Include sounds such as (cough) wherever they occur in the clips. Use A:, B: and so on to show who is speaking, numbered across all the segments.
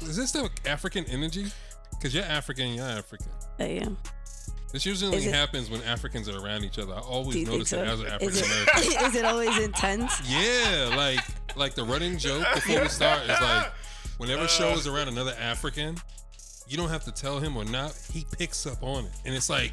A: is this the African energy? Because you're African, you're African.
B: I am.
A: This usually
B: Is it-
A: happens when Africans are around each other. I
B: Do
A: always
B: you think
A: notice
B: so?
A: it as an
B: Is
A: African American.
B: it, (laughs) is it always intense?
A: yeah, like like the running joke before
B: (laughs)
A: we start is like whenever
C: Uh.
A: show is around another African, you don't have to tell him or not, he picks up on it. And it's like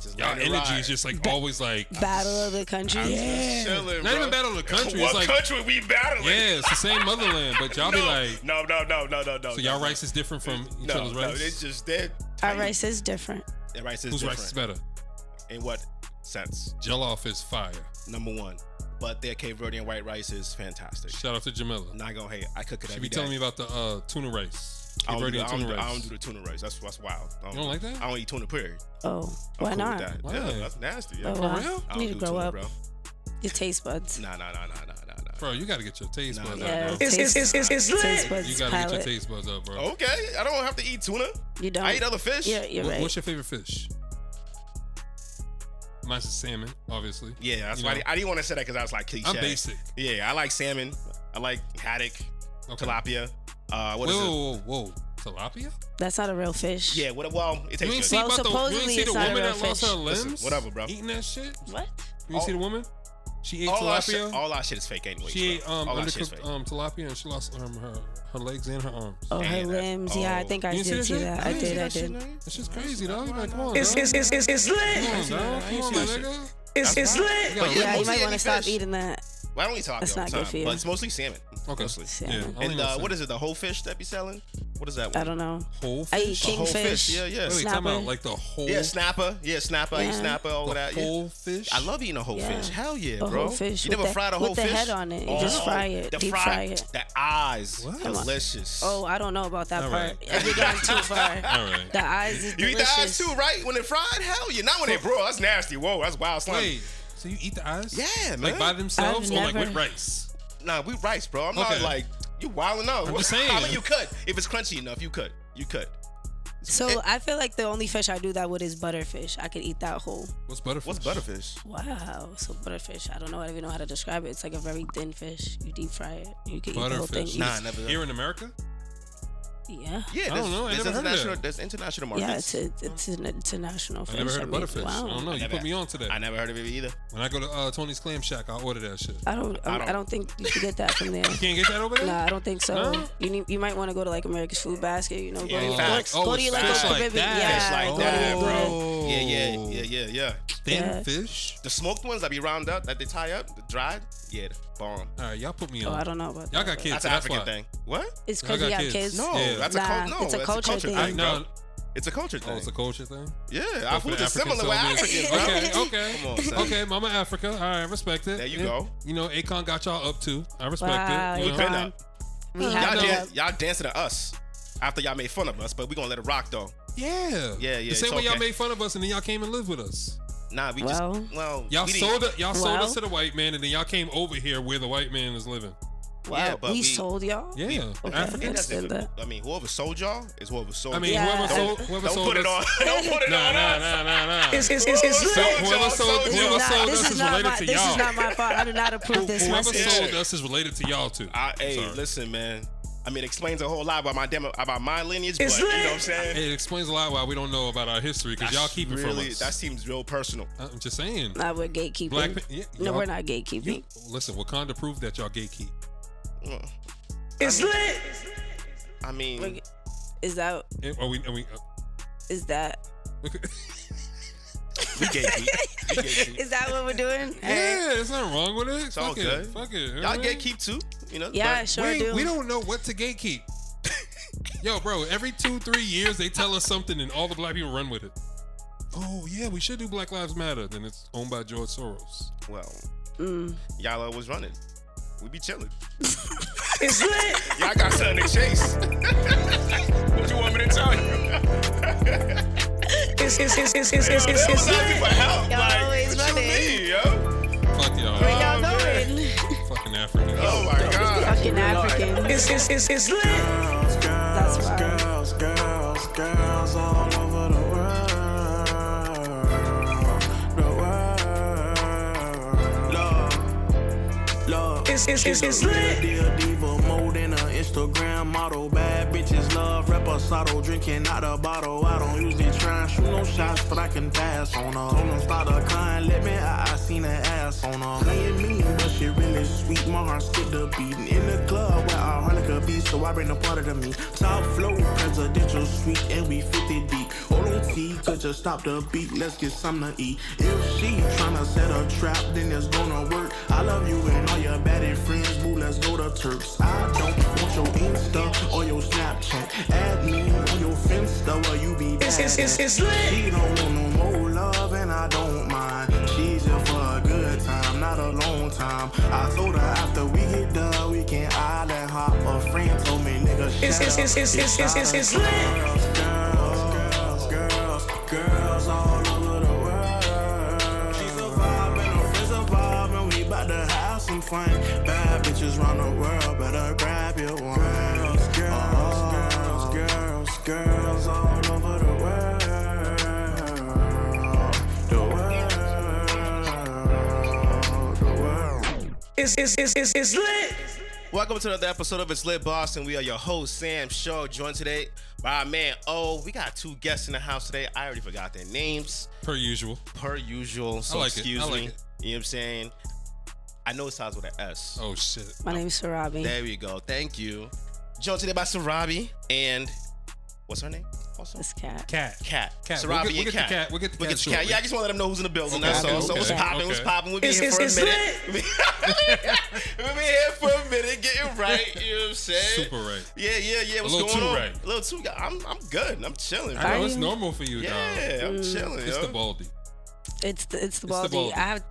C: Just
A: y'all
C: let it
A: energy
C: ride.
A: is just like always like
B: Battle of the countries.
C: I'm just
A: Yeah.
C: chilling,
A: Not
C: bro.
A: even battle of the country, it's
C: What
A: like-
C: country we battling?
A: Yeah, it's the same motherland, but y'all
C: no,
A: be like
C: no, no, no, no, no, no.
A: So y'all
C: no,
A: rice is different from each
C: no,
A: other's
C: no,
A: rice?
C: it's just that
B: Our rice is different.
C: Their rice is
A: Whose
C: different.
A: rice is better?
C: In what sense?
A: Jollof is fire.
C: Number one, but their Cape Verdean white rice is fantastic.
A: Shout out to Jamila.
C: Not gonna hate. it. I cook it
A: She be
C: every day.
A: telling me about the uh, tuna rice.
C: I don't, do,
A: Cape Verdean
C: the- I, don't
A: tuna
C: do, I
A: rice.
C: don't do the tuna rice. That's that's wild. I
A: You don't like that?
C: I don't eat tuna. Period.
B: Oh,
C: I'm
B: why
C: cool
B: not?
C: With that.
A: Why?
C: Yeah, that's nasty. Yeah.
B: Oh,
A: For real?
B: wow.
C: I
B: You
C: don't
B: need to
C: do
B: grow
C: tuna,
B: up.
C: bro.
B: Your taste buds.
C: Nah, nah, nah, nah, nah, nah, nah.
A: Bro, you gotta get your taste
C: Nah,
A: buds
C: nah, Oh.
A: up,
B: Yeah,
A: bro.
D: It's- it's- it's- it's- it's lit.
B: taste buds
A: You gotta get your
B: palate.
A: taste buds up, bro.
C: Okay, I don't have to eat tuna.
B: You don't.
C: I eat other fish.
B: You're, you're
A: Wha-
B: right.
A: What's your favorite fish? Mine's is salmon, obviously.
C: Yeah, that's
A: You
C: why I,
A: know.
C: di- I didn't want to say that because I was like cliche.
A: I'm basic.
C: Yeah, I like salmon. I like haddock,
A: Okay.
C: tilapia. Uh, what is
A: whoa, whoa,
C: it?
A: whoa, whoa. Tilapia?
B: That's not a real fish.
C: Yeah, what? Well, it
A: You
C: takes.
A: ain't
C: good.
A: see
B: Well,
A: about the, you ain't
B: supposedly
A: see the
B: it's not a
A: woman
B: real
A: that lost her
B: fish.
A: limbs?
C: Listen, whatever, bro.
A: Eating that shit?
B: What?
A: You ain't see the woman? She ate
C: all our shit,
A: tilapia.
C: all our shit is fake anyway.
A: she ate
C: bro.
A: um,
C: all our shit is fake.
A: undercooked um, tilapia and she lost um, her, her legs and her arms.
B: Oh,
C: Yeah,
B: her
C: that-
B: limbs. Yeah, I
C: oh.
B: think I
A: You
B: did
A: see
B: see,
A: that shit?
B: that.
A: I
B: I
A: didn't
B: did.
A: see
B: I
A: that
B: did.
A: That's just crazy, dog. You like, come on,
D: It's
A: dog.
D: it's it's it's, it's
A: Come
D: lit.
A: on, dog. Come on, my nigga.
D: It's it's lit.
A: You gotta
C: Yeah,
B: Yeah, you
C: mostly
B: might want
C: any
B: to stop
C: fish.
B: eating that.
C: Well, I don't eat tilapia
B: That's
C: all the
B: not
C: time,
B: good for you.
C: but it's mostly salmon.
A: Okay.
C: Mostly.
A: Yeah.
B: Salmon.
A: I
C: And
A: don't
C: uh,
A: know
C: what is it? The whole fish that be selling? What is that?
B: I
C: One?
B: don't know.
A: whole
B: I
A: fish?
B: eat
C: The whole
B: Kingfish.
C: Yeah, yeah.
A: Wait, talking about
B: snapper.
A: like the whole,
C: Yeah, snapper. Yeah, snapper. I eat
B: Yeah.
C: snapper. All
A: the
C: of that. yeah.
A: whole fish.
C: I love eating a whole
B: Yeah.
C: fish. Hell yeah,
B: A
C: bro.
B: whole fish
C: You
B: with
C: never
B: the-
C: fried a
B: with
C: whole
B: the
C: fish? Oh,
B: head on it. You just fry it,
C: The
B: deep
C: fried,
B: fry it.
C: The eyes.
A: What? Come
B: on.
C: Delicious.
B: Oh, I don't know about that
A: All
B: part.
A: right.
B: If you're going too
C: (laughs)
B: far,
A: All right.
B: the eyes is
C: You eat the eyes
B: delicious.
C: too, right? When they're fried? Hell yeah. Not when they broil. That's nasty. Whoa, that's wild slime.
A: Wait, so you eat the eyes?
C: Yeah, man.
A: Like by themselves
B: I've
A: or like with
B: never-
A: rice?
C: Nah, we rice, bro. I'm not
A: Okay.
C: like, you wilding out.
A: I'm just
C: (laughs) I
A: saying.
C: mean, you could. If it's crunchy enough, you could. You could.
B: So
C: It-
B: I feel like the only fish I do that with is butterfish. I could eat that whole.
A: What's butterfish?
C: What's butterfish?
B: Wow. So butterfish, I don't know. I don't even know how to describe it. It's like a very thin fish. You deep fry it. You can eat the whole thing.
A: Butterfish.
B: You
C: Nah,
B: just-
C: never.
A: Here in America?
B: Yeah.
C: yeah,
A: I
C: there's,
A: don't know. I never
C: there's
A: heard of
C: international,
A: that.
C: there's international markets.
B: Yeah, it's a, it's an international
A: I
B: fish.
A: never heard of
B: mean,
A: butterfish. I don't know.
C: I
A: You
C: never-
A: put me on to
C: I
A: that.
C: never heard of it either.
A: When I go to uh, Tony's Clam Shack, I'll order that shit.
B: I don't, I
C: I
B: don't,
C: don't-
B: I don't think you can get that from there.
A: (laughs) You can't get that over there?
B: Nah, I don't think so.
A: No?
B: You need, you might want to go to like America's Food Basket. You know, go,
C: Yeah,
B: to,
C: facts.
B: go, go to
A: it's
B: your like,
A: fish
B: a
C: like
B: Caribbean.
A: that.
B: Yeah,
C: Fish
B: go
C: like
B: to
C: that,
B: your-
C: bro. Yeah, yeah,
A: Oh.
C: yeah, yeah, yeah.
A: Thin
B: Yeah.
A: fish?
C: The smoked ones that be round up, that they tie up, the dried, yeah, the bomb.
A: All right, y'all put me
B: Oh,
A: on.
B: I don't know about that.
A: Y'all got
B: but-
A: kids,
C: That's
A: so
C: an
A: that's
C: African
A: why.
C: thing. What?
B: It's
A: Y'all
B: because you
A: got kids.
B: have kids.
C: No,
A: Yeah.
C: that's a
B: Nah,
C: culture. No,
B: it's a
C: that's
B: culture thing.
A: I, no,
C: bro. It's a culture thing.
A: oh, it's a culture thing.
C: yeah,
A: Oh,
C: our
A: for
C: food
A: the
C: is similar with
A: Africans,
C: Africans,
A: so
C: bro.
A: it is-
C: (laughs)
A: Okay, okay.
C: Come on, son.
A: Okay, Mama Africa. All right, respect it.
C: There you
A: Yeah.
C: go.
A: You know, Akon got y'all up to. I respect
B: Wow,
A: it. You know?
C: been
B: Akon.
C: up.
B: We
C: Y'all,
B: have
A: know.
B: that.
C: dan- y'all dancing to us after y'all made fun of us, but we gonna let it rock though.
A: Yeah.
C: Yeah, yeah,
A: The same
C: it's
A: way y'all
C: okay.
A: made fun of us and then y'all came and lived with us.
C: Nah, we
B: Well.
C: just well
A: Y'all
C: we
A: sold it. Y'all sold
B: Well.
A: us to the white man and then y'all came over here where the white man is living.
B: Wow,
C: Yeah, but
B: we,
C: we-
B: sold y'all.
A: Yeah.
B: Okay.
A: Africa.
C: It doesn't-
B: Understand that.
C: I mean, whoever sold y'all is whoever sold.
A: I mean,
C: you.
B: Yeah.
A: whoever sold,
B: Don't-
A: whoever
C: don't
A: sold
C: put it on. (laughs)
A: us.
C: Don't
B: (laughs)
C: put it
A: Nah,
C: on
A: nah,
C: us.
A: nah, nah, nah.
D: It's it's it's it's
C: Whoever
A: So
D: lit.
A: whoever
C: y'all
A: sold,
C: sold
A: whoever
C: y'all.
A: sold
B: this
A: us
B: is
A: is
B: not
A: related
B: my,
A: to
B: this is not
A: y'all.
B: my fault. I do
A: (laughs)
B: not approve this
A: Whoever
B: message.
C: Yeah.
A: sold us is related to y'all too.
C: I, hey,
A: Sorry.
C: listen, man. I mean, it explains a whole lot about my demo, about my lineage, but
D: It's
C: you know
D: lit.
C: what I'm saying.
A: It explains a lot why we don't know about our history because y'all
C: That's
A: keep it
C: really,
A: from us.
C: That seems real personal.
A: I'm just saying.
B: Nah, we're gatekeeping.
A: Black, pa- yeah,
B: no,
A: y'all-
B: we're not gatekeeping.
A: You, listen, Wakanda proved that y'all gatekeep.
C: Mm.
D: It's lit.
C: I mean,
B: We're ga- is that
A: Eh, Are we? Are we? uh, (laughs)
B: is that
A: okay.
C: we
B: (laughs)
C: gatekeep. We gatekeep.
B: is that what we're
A: (laughs)
B: doing? Alright.
A: yeah, there's nothing wrong with it.
C: It's
A: fuck
C: all
A: it.
C: good.
A: Fuck it.
C: Y'all
A: alright?
C: gatekeep too, you know?
B: Yeah,
C: but
B: sure
A: we,
B: do.
A: we don't know what to gatekeep. (laughs) Yo, bro, every two, three years they tell us something and all the black people run with it. Oh, yeah, we should do Black Lives Matter. Then it's owned by George Soros.
C: Well,
B: Mm.
C: y'all always running. We be chilling.
D: It's lit.
C: Y'all got something to chase. (laughs) what you want me to tell you?
D: It's it's it's it's it's it's
C: Yo,
D: it's
C: they was
D: it's
C: asking for
D: lit.
C: help.
B: Y'all
C: like,
B: always
C: what
B: running.
C: you mean, yo?
A: Fuck y'all.
B: Where y'all
C: Oh, man.
B: going?
A: Fucking African.
C: Oh my god.
B: Fucking African.
D: It's it's it's it's lit.
E: Girls,
B: That's
E: girls,
B: right.
E: girls, girls, girls all over the world. The world. Love, love.
D: It's- it's- it's-
E: She's a
D: it's lit.
E: real Deal diva, more than an Instagram model. Bad bitches love reposado, drinking out the bottle. I don't usually try and shoot no shots, but I can pass on her. Told 'em start a con, let me out, I seen her ass on her. Playing mean, but she really sweet, my heart skipped a beat. In the club where our Harlequin be, so I bring a part of the meat. Top flow, presidential suite, and we 50 deep. OT, could just stop the beat, let's get something to eat. If she tryna set a trap, then it's gonna work. I love you and all your baddie friends, boo, let's go to Turks. I don't want your Insta or your Snapchat. Add me on your Finsta where you be
D: It's- it's- it's-
E: bad at.
D: it's lit.
E: She don't want no more love and I don't mind. She's here for a good time, not a long time. I told her after we get done, we can island hop. A friend told me, nigga, shut
D: It's- it's-
E: up.
D: it's- it's- it's- it's- it's- it's
E: silent
D: lit.
E: girls, girls, girls, girls, girls all over the world. She's a vibe and her friends a vibe, and we bout to have some fun. Bad bitches round the world, better grab your one. Girls, girls, girls, girls, girls all over the world. The world, the world.
D: It's it's it's it's it's lit.
C: Welcome to another episode of It's Lit Boston. We are your host, Sam Shaw, joined today by our man Oh. We got two guests in the house today. I already forgot their names,
A: per usual.
C: per usual. So
A: like it.
C: excuse
A: I like
C: me.
A: it.
C: You know what I'm saying? I know it starts with an S.
A: Oh shit.
B: My name's Sarabi.
C: There we go. Thank you. Joined today by Sarabi and what's her name? Also?
B: This cat.
A: Cat.
C: Cat.
A: Cat.
C: Sarabi
A: We'll get-
C: and
A: we'll get the
C: Cat.
A: cat- we'll get the
C: We'll
A: cat shortly.
C: Yeah, I just want to let them know who's in the building.
A: Okay,
C: that's all.
A: okay,
C: so what's
A: okay,
C: popping? What's
A: okay.
C: popping? We'll be
D: It's-
C: here for a
D: it's-
C: minute.
D: it's
C: we'll be (laughs) here for a minute, getting right. You know what I'm saying?
A: Super right.
C: Yeah, yeah, yeah. What's
A: little
C: going
A: too
C: on?
A: right.
C: A little too. I'm, I'm good. I'm chilling.
A: I know
B: Are
A: it's
B: you?
A: normal for you, dog.
C: yeah, I'm chilling.
A: It's
C: yo.
A: the baldy.
B: It's the it's the
A: It's the
B: baldy.
A: baldy.
B: I have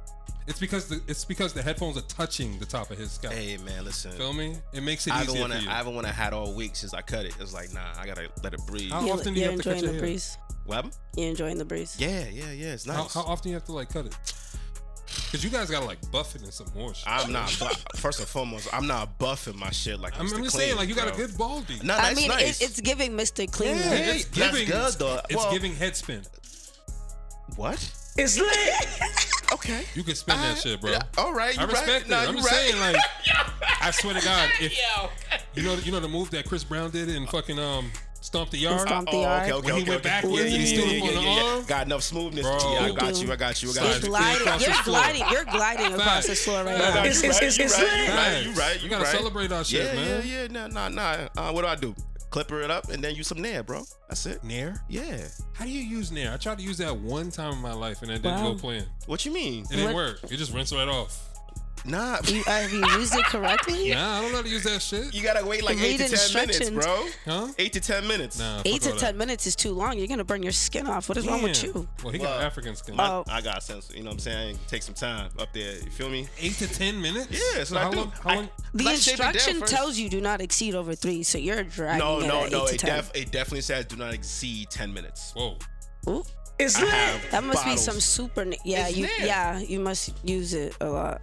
A: It's because the it's because the headphones are touching the top of his scalp.
C: Hey man, listen.
A: Feel me? It makes it
C: I
A: easier
C: haven't worn a,
A: for you.
C: I haven't worn a hat all week since I cut it. It's like nah, I gotta let it breathe.
A: How
B: you're,
A: often do you
B: you're
A: have to cut your
B: enjoying the
A: hair?
B: breeze.
C: What happened?
B: You're enjoying the breeze.
C: Yeah, yeah, yeah. It's
A: How,
C: nice.
A: how often you have to like cut it? Cause you guys gotta like buff it in some more shit.
C: I'm not. bu- first and foremost, I'm not buffing my shit like.
A: I'm,
C: Mr.
A: I'm just
C: Clean,
A: saying, like you got a
C: bro.
A: good baldy.
C: No,
B: I
C: that's
B: mean,
C: nice.
B: it, it's giving Mr. Clean.
C: Yeah,
B: though.
C: that's good, though.
A: It's
C: Well-
A: giving head spin.
C: what?
D: It's lit.
C: Okay.
A: You can spin that shit, bro.
C: Yeah, all right. You
A: I
C: right.
A: respect
C: Nah,
A: it. I'm
C: you
A: just
C: right.
A: saying,
C: (laughs)
A: like, I swear to God, if you know, you know the move that Chris Brown did in fucking um stomp the yard.
B: Stomp the
C: Oh,
B: yard.
C: okay, okay,
A: When he
C: okay,
A: went
C: okay.
A: backwards
C: Yeah,
A: and
C: yeah,
A: he stood
C: yeah,
A: up on
C: yeah,
A: the
C: yeah, yeah.
A: arm.
C: Got enough smoothness.
A: Bro.
C: Yeah, I got you. I got you. I
B: You're
C: got
A: Size.
C: you.
B: gliding.
A: across
B: You're
A: the floor.
B: gliding. You're gliding across the
A: Facts.
B: floor right
C: Nah,
B: now.
C: nah,
D: It's-
C: you right,
D: it's-
C: you
D: it's-
C: right, you
D: it's
C: right, you right,
A: We
C: you
A: gotta
C: right.
A: celebrate our shit,
C: Yeah,
A: man.
C: yeah, yeah. Nah, nah, nah. Uh, what do I do? Clipper it up and then use some nair, bro. That's it.
A: Nair?
C: Yeah.
A: How do you use Nair? I tried to use that one time in my life and it didn't
B: Wow.
A: go playing. It
C: What you mean?
A: didn't
B: What-
A: work. It just rinsed right off. (laughs)
C: Nah.
B: You, have you used it correctly?
A: Nah, I don't know how to use that shit.
C: You gotta wait like
B: Read
C: eight to ten minutes,
B: instructions.
C: bro.
A: Huh?
C: Eight to ten minutes.
A: Nah, fuck
B: Eight to
A: all
B: ten minutes is too long. You're gonna burn your skin off. What is
A: that.
B: wrong with
A: Damn.
B: you?
A: Well, he got
C: Well,
A: African skin.
C: My-
B: Oh.
C: I got sense. You know what I'm saying? Take some time up there. You feel me?
A: Eight to ten minutes?
C: Yeah, that's
A: So
C: what
A: how
C: I do.
A: long? How
C: I-
A: long?
B: The
C: Let's shave it down
B: instruction
C: first.
B: tells you do not exceed over three, so you're dragging
C: No,
B: it
C: no,
B: at
C: no.
B: eight
C: It,
B: to ten.
C: def- it definitely says do not exceed 10 minutes.
A: Whoa.
B: Ooh,
D: It's
C: I
D: lit.
B: (laughs)
C: have
B: that must
C: bottles.
B: be some super. Yeah,
C: It's
B: you.
C: there.
B: Yeah, you must use it a lot.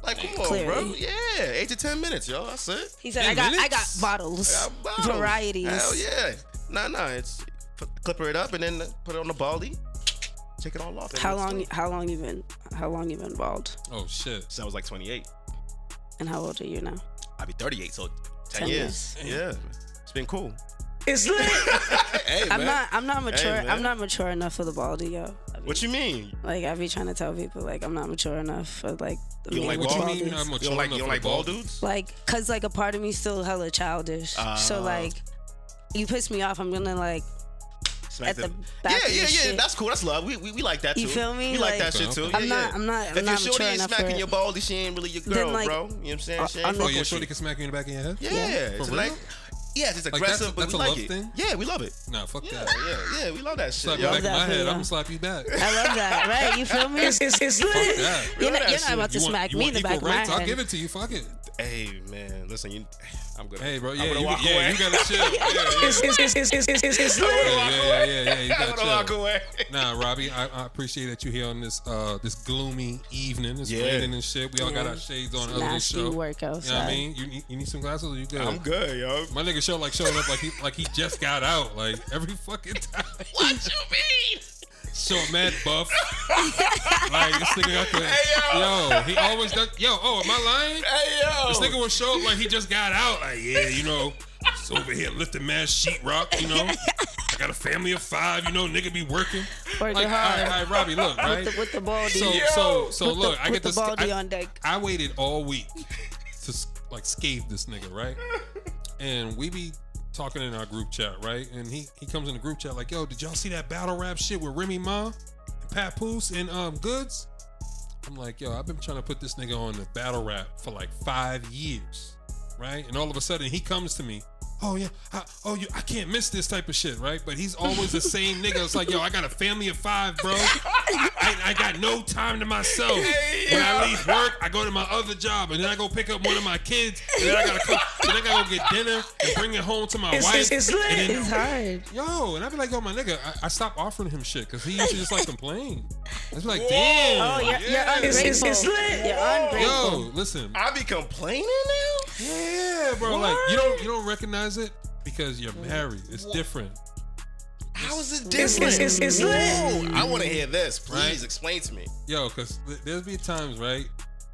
C: Like, come on, bro.
B: Clearly.
C: Yeah, eight to 10 minutes, yo. That's it.
B: He said,
A: Ten
B: "I got, I got
A: minutes?
B: bottles,
C: I got bottles.
B: varieties."
C: Hell yeah. Nah, nah. It's put, clipper it up and then put it on the baldy. Take it all off.
B: How
C: It's
B: long?
C: done.
B: How long you been? How long you been bald?
A: Oh shit.
C: Since I was like 28.
B: And how old are you now?
C: I'll be 38, so 10,
B: 10
C: years. Yeah. It's been cool.
D: It's lit.
C: hey,
B: (laughs) I'm not. I'm not mature.
C: man.
B: I'm not mature enough for the baldy, yo. I be-
C: What you mean?
B: Like I be trying to tell people, like I'm not mature enough for like the
C: You don't
B: man
C: like
B: with
C: bald?
A: What do
B: baldies.
A: you mean? I'm
C: You
A: mature
C: don't like,
A: enough
C: you don't
A: for
C: like bald
A: bald?
C: dudes?
B: like cause like a part of me still hella childish. so
A: Oh.
C: Ah.
B: like you piss me off, I'm gonna like
C: Smack
B: at the
C: them.
B: back
C: yeah,
B: of
C: yeah,
B: your
C: yeah.
B: shit.
C: That's cool. That's love. We, we, we like that too.
B: You feel me?
C: We like, that
A: Like-
C: shit too.
B: I'm
C: Yeah,
B: not-
C: yeah.
B: I'm not-
C: If
B: I'm
C: your
B: not
C: shorty
B: mature
C: ain't
B: enough
C: smacking
B: for-
C: your baldy, she ain't really your girl,
B: Then, like-
C: bro. You know what I'm saying?
B: Uh,
C: she ain't
B: I'm
C: fuck
A: Oh,
B: not-
A: your
C: with
A: shorty
C: you.
A: can smack you in the back of your head?
C: Yeah,
A: For
C: it's
A: real?
C: like yeah, it's
A: that's-
C: aggressive, but
A: that's
C: we
A: a
C: like
A: love
C: it.
A: thing?
C: Yeah, we love it.
A: Nah, fuck
C: Yeah,
A: that.
C: yeah, yeah, we love that shit.
A: Slap
C: yo.
A: the back of my
B: Exactly,
A: head. I'm
B: yeah.
A: gonna slap you
B: (laughs)
A: back.
B: I
A: (laughs)
B: love that, right? You feel me? (laughs)
D: It's it's it's lit.
A: Yeah.
B: You're
C: Love
B: not,
C: that
B: you're not
C: shit.
B: about to
A: You want-
B: smack
A: you
B: me in
A: want
B: the back of
A: equal
B: my
A: rights? I'll
B: head.
A: give it to you. Fuck it.
C: Hey man, listen, you, I'm good.
A: Hey, bro.
C: I'm
A: Yeah,
C: gonna
A: you,
C: walk
A: yeah,
C: away.
A: you
B: (laughs)
A: gotta chill. Yeah, yeah.
D: It's it's it's it's it's it's it's- it's
C: I'm
D: lit.
C: gonna walk
A: yeah,
C: away.
A: yeah, yeah, you
C: (laughs) I'm
A: gotta
C: gonna walk
A: chill.
C: away.
A: Nah, Robbie, I, I appreciate that you here on this uh this gloomy evening. It's
C: Yeah.
A: raining and shit. We all got
B: Yeah.
A: our shades on. Other than
B: Nasty
A: show.
B: work
A: You know what I
B: outside.
A: mean? You need, you need some glasses or you good?
C: I'm good, yo.
A: My nigga show like showing up like he like he just got out like every fucking time.
C: (laughs) What you mean?
A: Show up mad buff. like this nigga got the
C: Hey, yo.
A: yo. He always does. Yo, oh, am I lying?
C: Hey yo,
A: This nigga will show up like he just got out. Like yeah, you know, It's over here lifting mad sheetrock, you know. I got a family of five, you know. Nigga be working.
B: Working
A: Like, all
B: hard.
A: right, all right, Robbie, look, right?
B: With the, with the baldy.
A: so, so, so,
B: With the-
A: look, I
B: with
A: get
B: the
A: this.
B: baldy
A: I,
B: on deck.
A: I waited all week to like scathe this nigga, right? And we be talking in our group chat, right? And he he comes in the group chat like, "Yo, did y'all see that battle rap shit with Remy Ma, and Papoose, and um Goods?" I'm like, "Yo, I've been trying to put this nigga on the battle rap for like five years, right?" And all of a sudden, he comes to me. Oh yeah, I, oh you, I can't miss this type of shit, right? But he's always the same nigga. It's like, yo, I got a family of five, bro. I, I got no time to myself. When I leave work, I go to my other job, and then I go pick up one of my kids, and then I gotta cook, then I gotta go get dinner and bring it home to my
D: It's-
A: wife.
D: it's- it's lit.
A: and then-
B: It's hard.
A: yo, and I be like, yo, my nigga, I, I stopped offering him shit because he used to just like complain. I was like, damn.
B: Oh, you're, you're
A: yeah.
B: ungrateful.
D: It's- it's lit.
B: You're ungrateful.
A: Yo, listen,
C: I be complaining now?
A: yeah, bro, like you don't you don't recognize it because
B: Mm.
A: you're married. It's different.
C: How is it
D: It's-
C: different?
D: it's- it's- it's lit.
C: No, I want to hear this. Please
A: Right.
C: explain to me.
A: Yo, because there's be times, right,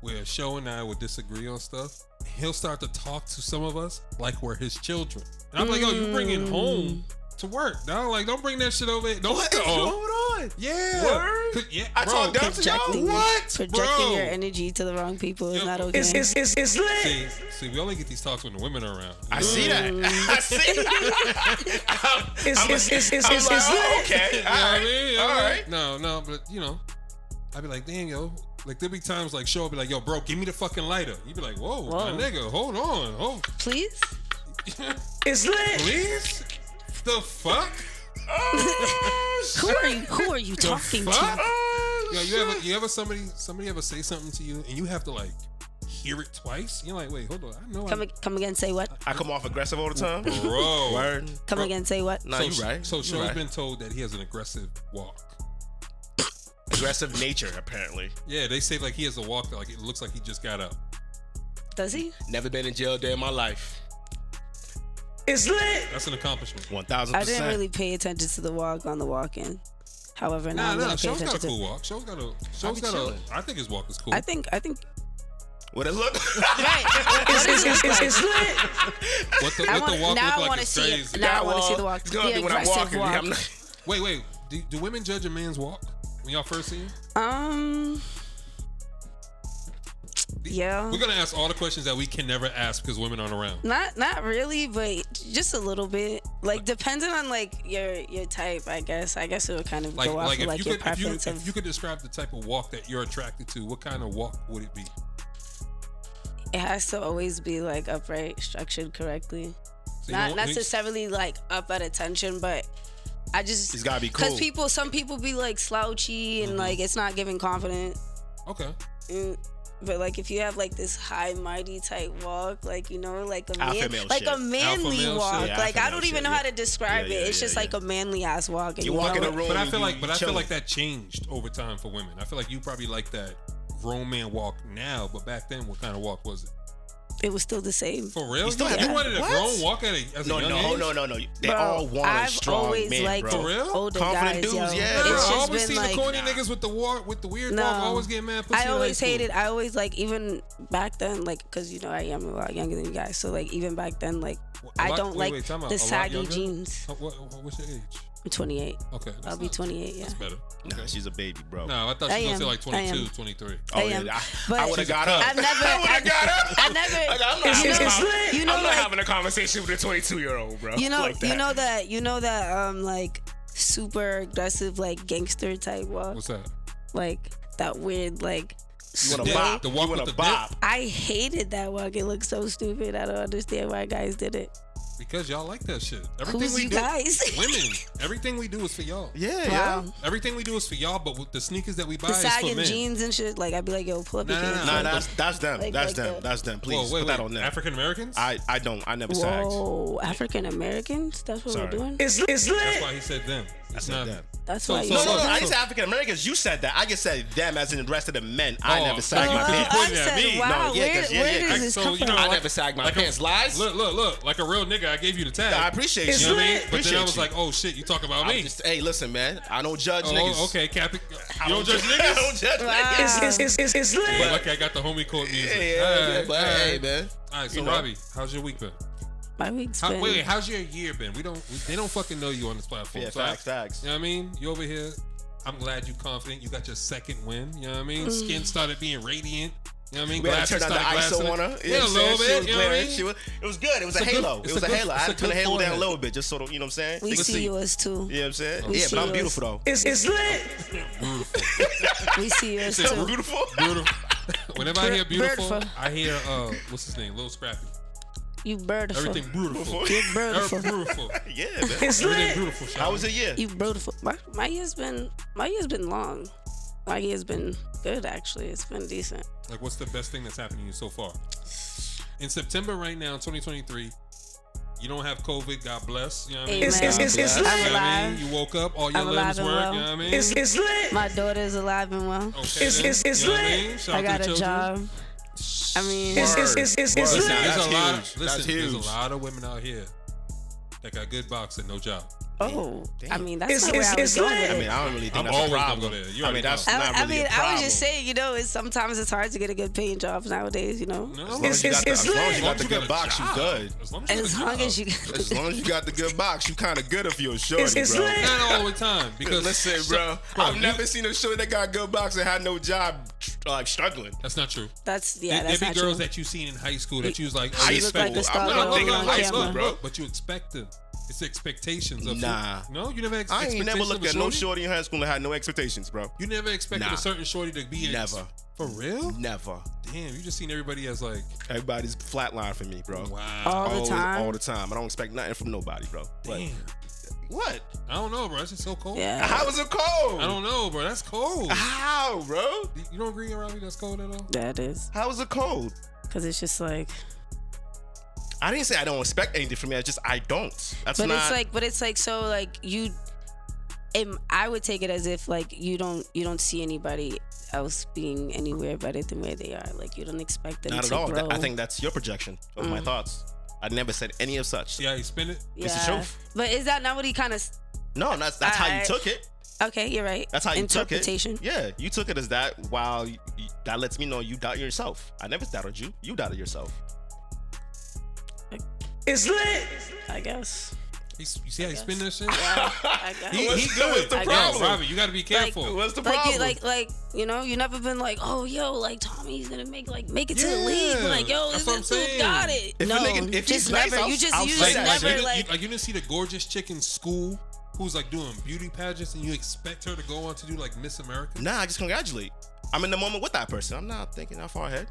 A: where Show and I would disagree on stuff. He'll start to talk to some of us like we're his children. And I'm like, yo, you bring
B: Mm.
A: it home to work. No, like, don't bring that shit over. here. Don't (laughs)
C: What is
A: on. Yeah.
C: Word?
A: 'Cause- Yeah,
C: I
A: bro.
C: talk down to y'all?
B: Projecting,
C: What?
B: projecting
A: Bro.
B: your energy to the wrong people is
A: Yo,
B: not okay.
D: It's it's it's it's
A: See,
D: lit.
A: see, we only get these talks when the women are around.
C: I see that. (laughs) I see
D: (laughs) It's it's it's it's
C: I'm
D: it's
C: like,
D: it's
C: oh,
A: You
D: lit.
C: okay.
A: know
C: All
A: what I
C: right.
A: mean?
C: All right.
A: No, no, but you know, I'd be like, damn, yo. Like there'll be times like show up be like, yo, bro, give me the fucking lighter. You'd be like, whoa,
B: Whoa.
A: my nigga, hold on.
C: (laughs)
A: Hold
B: Please?
D: It's lit.
A: please? The fuck?
B: Who are you, who are you talking to?
C: Oh,
A: Yo, you ever you ever somebody somebody ever say something to you and you have to like hear it twice? You're like, wait, hold on, I know.
B: Come,
A: I,
B: ag- come again, say what?
C: I come off aggressive all the time.
A: bro.
B: (laughs)
C: Word.
B: Come again, say what?
C: Nah,
A: Oh. So,
C: you right.
A: So
C: You
A: Show's
C: right.
A: been told that he has an aggressive walk.
C: aggressive nature apparently.
A: Yeah, they say like he has a walk that like it looks like he just got up.
B: Does he?
C: Never been in jail a day in my life.
D: It's lit.
A: That's an accomplishment.
C: One thousand
B: I didn't
C: percent.
B: really pay attention to the walk on the walk in. However, now
A: Nah,
B: I'm
A: nah,
B: gonna pay
A: Show's got
B: attention
A: a
B: to.
A: cool walk. Show's got a Show's
C: be
A: got a.
C: chilling.
A: I think his walk is cool.
B: I think I
D: (laughs)
B: think
C: What it look?
D: It's it's it's it's it's lit.
A: what the,
B: I
A: what the
B: wanna-
A: walk
B: now I
A: look like
B: wanna
A: is
B: see it.
A: crazy.
B: Now- I
C: That
B: wanna see the walk.
C: It's gonna
B: The
C: be when I'm
B: aggressive
C: walking.
B: walk.
C: I'm not-
A: Wait, wait. Do, do women judge a man's walk when y'all first see him?
B: um yeah.
A: We're gonna ask all the questions that we can never ask because women aren't around.
B: Not not really, but just a little bit. Like depending on like your your type, I guess. I guess it would kind of
A: like
B: go off
A: like
B: of,
A: if
B: like
A: you
B: your
A: could if you,
B: preference
A: if
B: of
A: you could describe the type of walk that you're attracted to, what kind of walk would it be?
B: it has to always be like upright, structured correctly.
A: So you
B: Not
A: know what-
B: necessarily like up at attention, but I just
C: It's gotta be
B: because
C: cool. Mm-hmm.
B: people some people be like slouchy and like it's not giving confidence.
A: Okay.
B: Mm, But like if you have like this high mighty type walk, like you know, like a
C: Alpha
B: man,
C: male
B: like a
C: shit.
B: manly
A: male
B: walk.
A: shit.
C: Yeah,
B: like
C: alpha
B: I don't
C: male
B: even
C: shit,
B: know
C: yeah.
B: how to describe
C: Yeah,
B: it.
C: yeah,
B: it's
C: yeah,
B: just
C: yeah.
B: like a manly ass walk. And
C: You
B: you
C: walk
B: know
C: in a
B: it.
C: room.
A: But I
C: you-
A: feel like
C: you
A: but I feel
C: chilling.
A: like that changed over time for women. I feel like you probably like that grown man walk now, but back then what kind of walk was it?
B: It was still the same.
A: For real?
C: You still
A: you
C: have-
A: wanted a
C: What?
A: grown walk at a as
C: No,
A: a young
C: no,
A: age?
C: no, no, no. They
B: Bro,
C: all want a
B: I've
C: strong
B: always
C: man,
B: liked
C: bro.
A: For real?
B: older
C: Confident
B: guys,
C: dudes,
B: yo.
C: yeah.
A: Nah,
C: It's
A: I
B: just
A: always
B: been
A: see
B: like-
A: the corny niggas with the walk with the weird
B: No.
A: walk always get mad pussy.
B: I always
A: like,
B: hated. I always like even back then, like because you know I am a lot younger than you guys. So like even back then, like
A: Wh- a
B: I
A: lot-
B: don't
A: wait,
B: like
A: wait, time out. A
B: the
A: lot
B: saggy
A: younger?
B: jeans.
A: How- what, what- what's your age?
B: I'm 28.
A: Okay. that's
B: I'll be
A: not-
B: 28. Yeah.
A: That's better.
C: Nah, she's a baby, bro.
A: No, I thought
B: I
A: she was
B: am.
A: going to say
B: I
A: like
B: am.
A: 22, 23.
C: Oh,
B: I am.
C: yeah. I,
B: But-
C: I would have got up.
B: I've never.
C: I would have got up.
B: I never.
C: I'm not,
D: It's
B: you
D: it's
B: know,
D: it's lit.
B: you know,
F: I'm not
B: like,
F: having a conversation with a 22 year old, bro.
B: you know,
F: like that.
B: you know that, you know that, um, like super aggressive, like gangster type walk,
A: What's that?
B: like that weird, like.
C: You want
A: Dip.
C: to bop.
A: The
C: The
A: walk
C: walk you
A: with
C: want
A: the
C: to
A: dip.
C: bop.
B: I hated that walk. It looked so stupid. I don't understand why guys did it.
A: Because y'all like that shit. Everything
B: Who's
A: we
B: you
A: do,
B: guys?
A: (laughs)
B: (laughs)
A: women. Everything we do is for y'all.
C: Yeah,
B: Wow.
C: yeah.
A: Everything we do is for y'all, but with the sneakers that we buy
B: The
A: is for
B: sagging
A: men.
B: jeans and shit. Like I'd be like, yo, pull up your
A: Nah, nah,
B: pants.
A: nah.
C: Nah,
B: Like,
C: that's that's them.
B: Like-
C: that's
B: like
C: them.
B: the-
C: that's them. Please
A: Whoa, wait,
C: put that on
A: wait.
C: them.
A: African Americans?
C: I I don't. I never sagged.
B: Whoa, African Americans? That's what
C: Sorry.
B: we're doing?
D: It's it's
A: That's
D: lit.
A: why he said them. It's
C: said
A: not
C: them.
B: That's
A: So-
B: why
A: so-
B: you
C: No,
A: so-
C: no, no.
A: so-
C: I didn't say African Americans. You said that. I just said them, as in the rest of the men. I
A: Oh,
C: never
A: thank
C: sagged
A: you.
C: my
B: Uh,
A: Keep
C: pants.
B: I
A: pointing at
B: said,
A: me.
B: wow,
C: No, yeah,
B: where,
C: 'cause- yeah,
B: where
C: yeah.
B: does
A: Like,
B: this
A: so,
B: come
A: you
B: from?
A: know,
C: I
A: like-
C: never sagged my
A: like a-
C: pants. Lies.
A: Look, look, look. Like a real nigga, I gave you the tag.
C: I appreciate
A: you.
C: you.
A: know what I mean? But then I
C: Appreciate
A: was
C: you.
A: like, oh shit, you talking about
C: I'm
A: me.
C: just, hey, listen, man. I don't judge niggas.
A: oh, okay, Cap. You don't judge
C: I don't (laughs)
A: niggas?
C: judge niggas.
D: It's it's it's it's it's
A: Yeah,
D: lit.
A: lucky I got the homie court music.
C: Yeah, yeah,
A: All
C: yeah,
A: right,
C: but
A: all right.
C: hey, man.
A: All right, so
C: You know.
A: Robbie, how's your week been?
B: My week's
A: How,
B: been.
A: wait, wait, how's your year been? We don't. We, they don't fucking know you on this platform.
C: Yeah,
A: so I-
C: facts, facts.
A: You know what I mean? You over here. I'm glad you confident. You got your second win. You know what I mean? Skin started being radiant. You know what I mean?
C: We had to
A: Glasses
C: turn down
A: started
C: the ISO
A: glassing
C: on her.
A: up.
C: You
A: Yeah,
C: know
A: a
C: what I'm saying?
A: little
C: She was
A: bit. You know what I
C: glaring.
A: mean?
C: She was, it was good. It was a
A: It's a good-
C: halo.
A: it's
C: It
A: a
C: was a
A: good-
C: halo. I
A: it's
C: had
A: a
C: to turn the
A: good
C: halo down a
A: forehead.
C: little bit just so the, you know what I'm saying?
B: we
A: Listen.
B: see you as too.
C: You know what I'm saying?
B: We
C: Yeah,
B: see
C: but I'm
B: you
C: beautiful
B: as-
C: though.
D: It's, it's lit.
A: Beautiful.
B: We see you as
A: It's a
B: too.
C: Beautiful.
A: (laughs) Beautiful. (laughs) Whenever I hear
B: Bird-
A: beautiful,
B: birdful.
A: I hear uh, what's his name? Little Scrappy.
B: You beautiful.
A: Everything beautiful.
B: You beautiful.
A: Everything beautiful.
C: yeah, man.
D: It's
A: Everything
D: lit.
A: beautiful.
C: How was
A: it?
C: your year?
B: You beautiful. My, my year's been my year's been long. My year's been good actually. It's been decent.
A: Like, what's the best thing that's happened to you so far? In September, right now, 2023, you don't have COVID. God bless. You know what I mean?
D: It's, it's, it's, it's
A: You, know
B: I'm
A: what
D: lit.
A: I mean?
B: alive.
A: you woke up, all your
B: I'm
A: limbs
B: alive and
A: work.
B: well.
A: You know what I mean?
D: It's, it's lit.
B: My daughter's alive and well.
A: okay,
D: it's-
A: then,
D: it's- it's
A: you know what I
D: lit.
A: mean? Shout
B: I
A: out to
B: got
A: the
B: a
A: Oh, children.
B: job. I mean,
D: It's, it's, it's, it's, it's
A: Listen,
D: lit.
A: there's
C: That's
A: a lot.
C: huge.
A: Of,
C: That's
A: listen, there's a
C: huge.
A: lot of women out here that got good box and no job.
B: oh, I mean that's
D: It's-
B: not where
D: it's-
B: I was
D: it's
B: going.
D: lit.
B: with
C: I
B: it.
C: mean, I don't really think
A: I'm
C: that's
A: always
C: a
A: gonna
C: problem.
A: go there. You
C: I
A: already
C: mean, that's
A: know.
B: I,
C: not really
B: I mean, I
C: a problem.
B: was just saying, you know, it's sometimes it's hard to get a good paying job nowadays, you know.
A: No,
C: As long
A: as
C: as you
D: It's-
C: got the-
D: it's
C: as long as
D: lit.
C: you got the good box, you good.
A: As long as
B: And
A: you
B: as
A: got a
B: long
A: job.
B: as you got
C: As long as you got the good box, you kind of good if you're a shorty,
D: It's- it's
C: bro.
D: lit.
A: not all the time
C: (laughs)
A: because
C: Listen,
A: so-
C: bro, I've
A: you-
C: never seen a shorty that got good box and had no job, like struggling.
A: That's not true.
B: (laughs) that's yeah,
A: there,
B: that's
A: there
B: not
A: be girls
B: true.
A: that you seen in high school that you was like, oh,
C: High
A: you
B: look
C: school.
B: like
A: expect
B: the star
C: I'm
B: girl
C: not thinking of
B: on
C: high
B: camera.
C: school, bro.
A: But you expect them. It's expectations of
C: Nah.
A: No, you never. Ex-
C: I ain't never
A: expectations
C: looked
A: of a
C: at no shorty in high school and had no expectations, bro.
A: You never expected
C: Nah.
A: a certain shorty to be. ex-
C: Never.
A: For real?
C: Never.
A: Damn, you just seen everybody as like,
C: Everybody's flatline for me, bro. Uh,
A: wow.
B: All the
C: Always,
B: time.
C: All the time. I don't expect nothing from nobody, bro. But
A: Damn.
C: what?
A: I don't know, bro. That's just so cold.
B: Yeah.
C: How is it cold?
A: I don't know, bro. That's cold.
C: Ah. How, bro?
A: You don't agree, Robbie? That's cold at all?
B: That is
C: How is it cold?
B: because it's just like,
C: I didn't say I don't expect anything from you. I just I don't. That's
B: but
C: not.
B: it's like, but it's like so like you, and I would take it as if like you don't you don't see anybody else being anywhere better than where they are. Like you don't expect them
C: not at
B: to
C: all. Th-
B: grow. Mm.
C: I think that's your projection of my thoughts. I never said any of such.
A: See how you spin it?
B: yeah.
C: it's the truth.
B: But is that not what he kind of?
C: No, that's that's how you
B: Alright.
C: took it.
B: Okay, you're right.
C: That's how you took it.
B: interpretation.
C: Yeah, you took it as that. While you, you- that lets me know you doubt yourself. I never doubted you. You doubted yourself.
D: It's lit.
B: I
C: (laughs)
B: guess.
A: He's, you see how you spin that shit?
B: (laughs) I guess.
A: He, he
C: What's-
A: good.
C: what's the
A: Yo,
C: problem?
A: Robbie, you got to be careful.
C: What's the
B: like
C: problem?
B: you, like like you know you never been like oh yo like Tommy's gonna make like make it to the
A: Yeah,
B: league like yo
A: that's
B: this
A: what I'm
B: this dude
A: saying.
B: got it
C: If a
B: no
C: nigga- if he's
B: just
C: nice,
B: never
C: I'll-
B: you just
C: I'll
B: you
C: say
B: just
C: that.
A: you
B: never
A: didn't-
B: like
A: you, like you didn't see the gorgeous chick in school who's like doing beauty pageants and you expect her to go on to do like Miss America?
C: Nah, I just congratulate. I'm in the moment with that person. I'm not thinking how far ahead.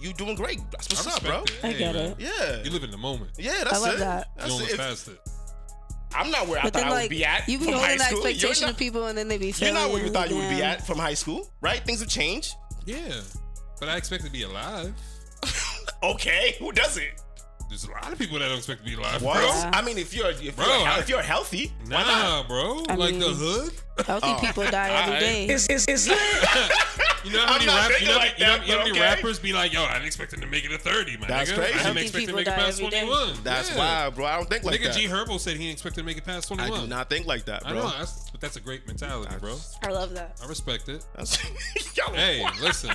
C: You doing great. That's what's
A: I respect
C: up, bro.
A: it.
B: I
A: Hey,
B: get
A: man.
B: it.
C: Yeah.
A: You live in the moment.
C: yeah, that's
B: I love
C: it.
B: that.
A: You
C: That's
A: don't
C: it.
A: look
C: If-
A: past it.
C: I'm not where I
B: but
C: thought
B: then
C: I would
B: like
C: be at.
B: you be
C: from high
B: holding that
C: school. You're
B: expectation
C: not-
B: of people and then they be
C: You're
B: failing
C: not where you thought you would be
B: yeah.
C: at from high school, right? Things have changed.
A: Yeah. But I expect to be alive.
C: Okay, who does it?
A: There's a lot of people that don't expect to be alive.
C: What?
A: Bro.
B: Yeah.
C: I mean, if you're if
A: Bro,
C: you're,
A: I-
C: he- if you're healthy, why
A: Nah,
C: not?
A: bro.
B: I
A: like the
B: mean-
A: hood.
B: healthy
C: (laughs)
B: people die every
A: Alright.
B: day
D: It's, it's, it's lit.
A: You know how
C: I'm
A: many, rap,
C: not
A: you
C: thinking
A: know,
C: like
A: you know,
C: that,
A: you know how
C: but
A: many
C: okay.
A: rappers be like, yo, I didn't expect him to make it to 30, man.
C: That's
A: nigga.
C: crazy.
A: I didn't
B: Healthy
A: expect him to
B: people
A: make it
B: die
A: past
B: every day.
A: 21.
C: That's
A: Yeah.
C: why, bro. I don't think like
A: Nigga
C: that.
A: G Herbo said he didn't expect to make it past
C: I
A: 21.
C: do not think like that,
A: I
C: bro.
A: know, that's, but that's a great mentality, bro.
B: I love that
A: I respect it.
C: (laughs) That's, (laughs) Yo,
A: Hey,
C: what? (laughs)
A: listen.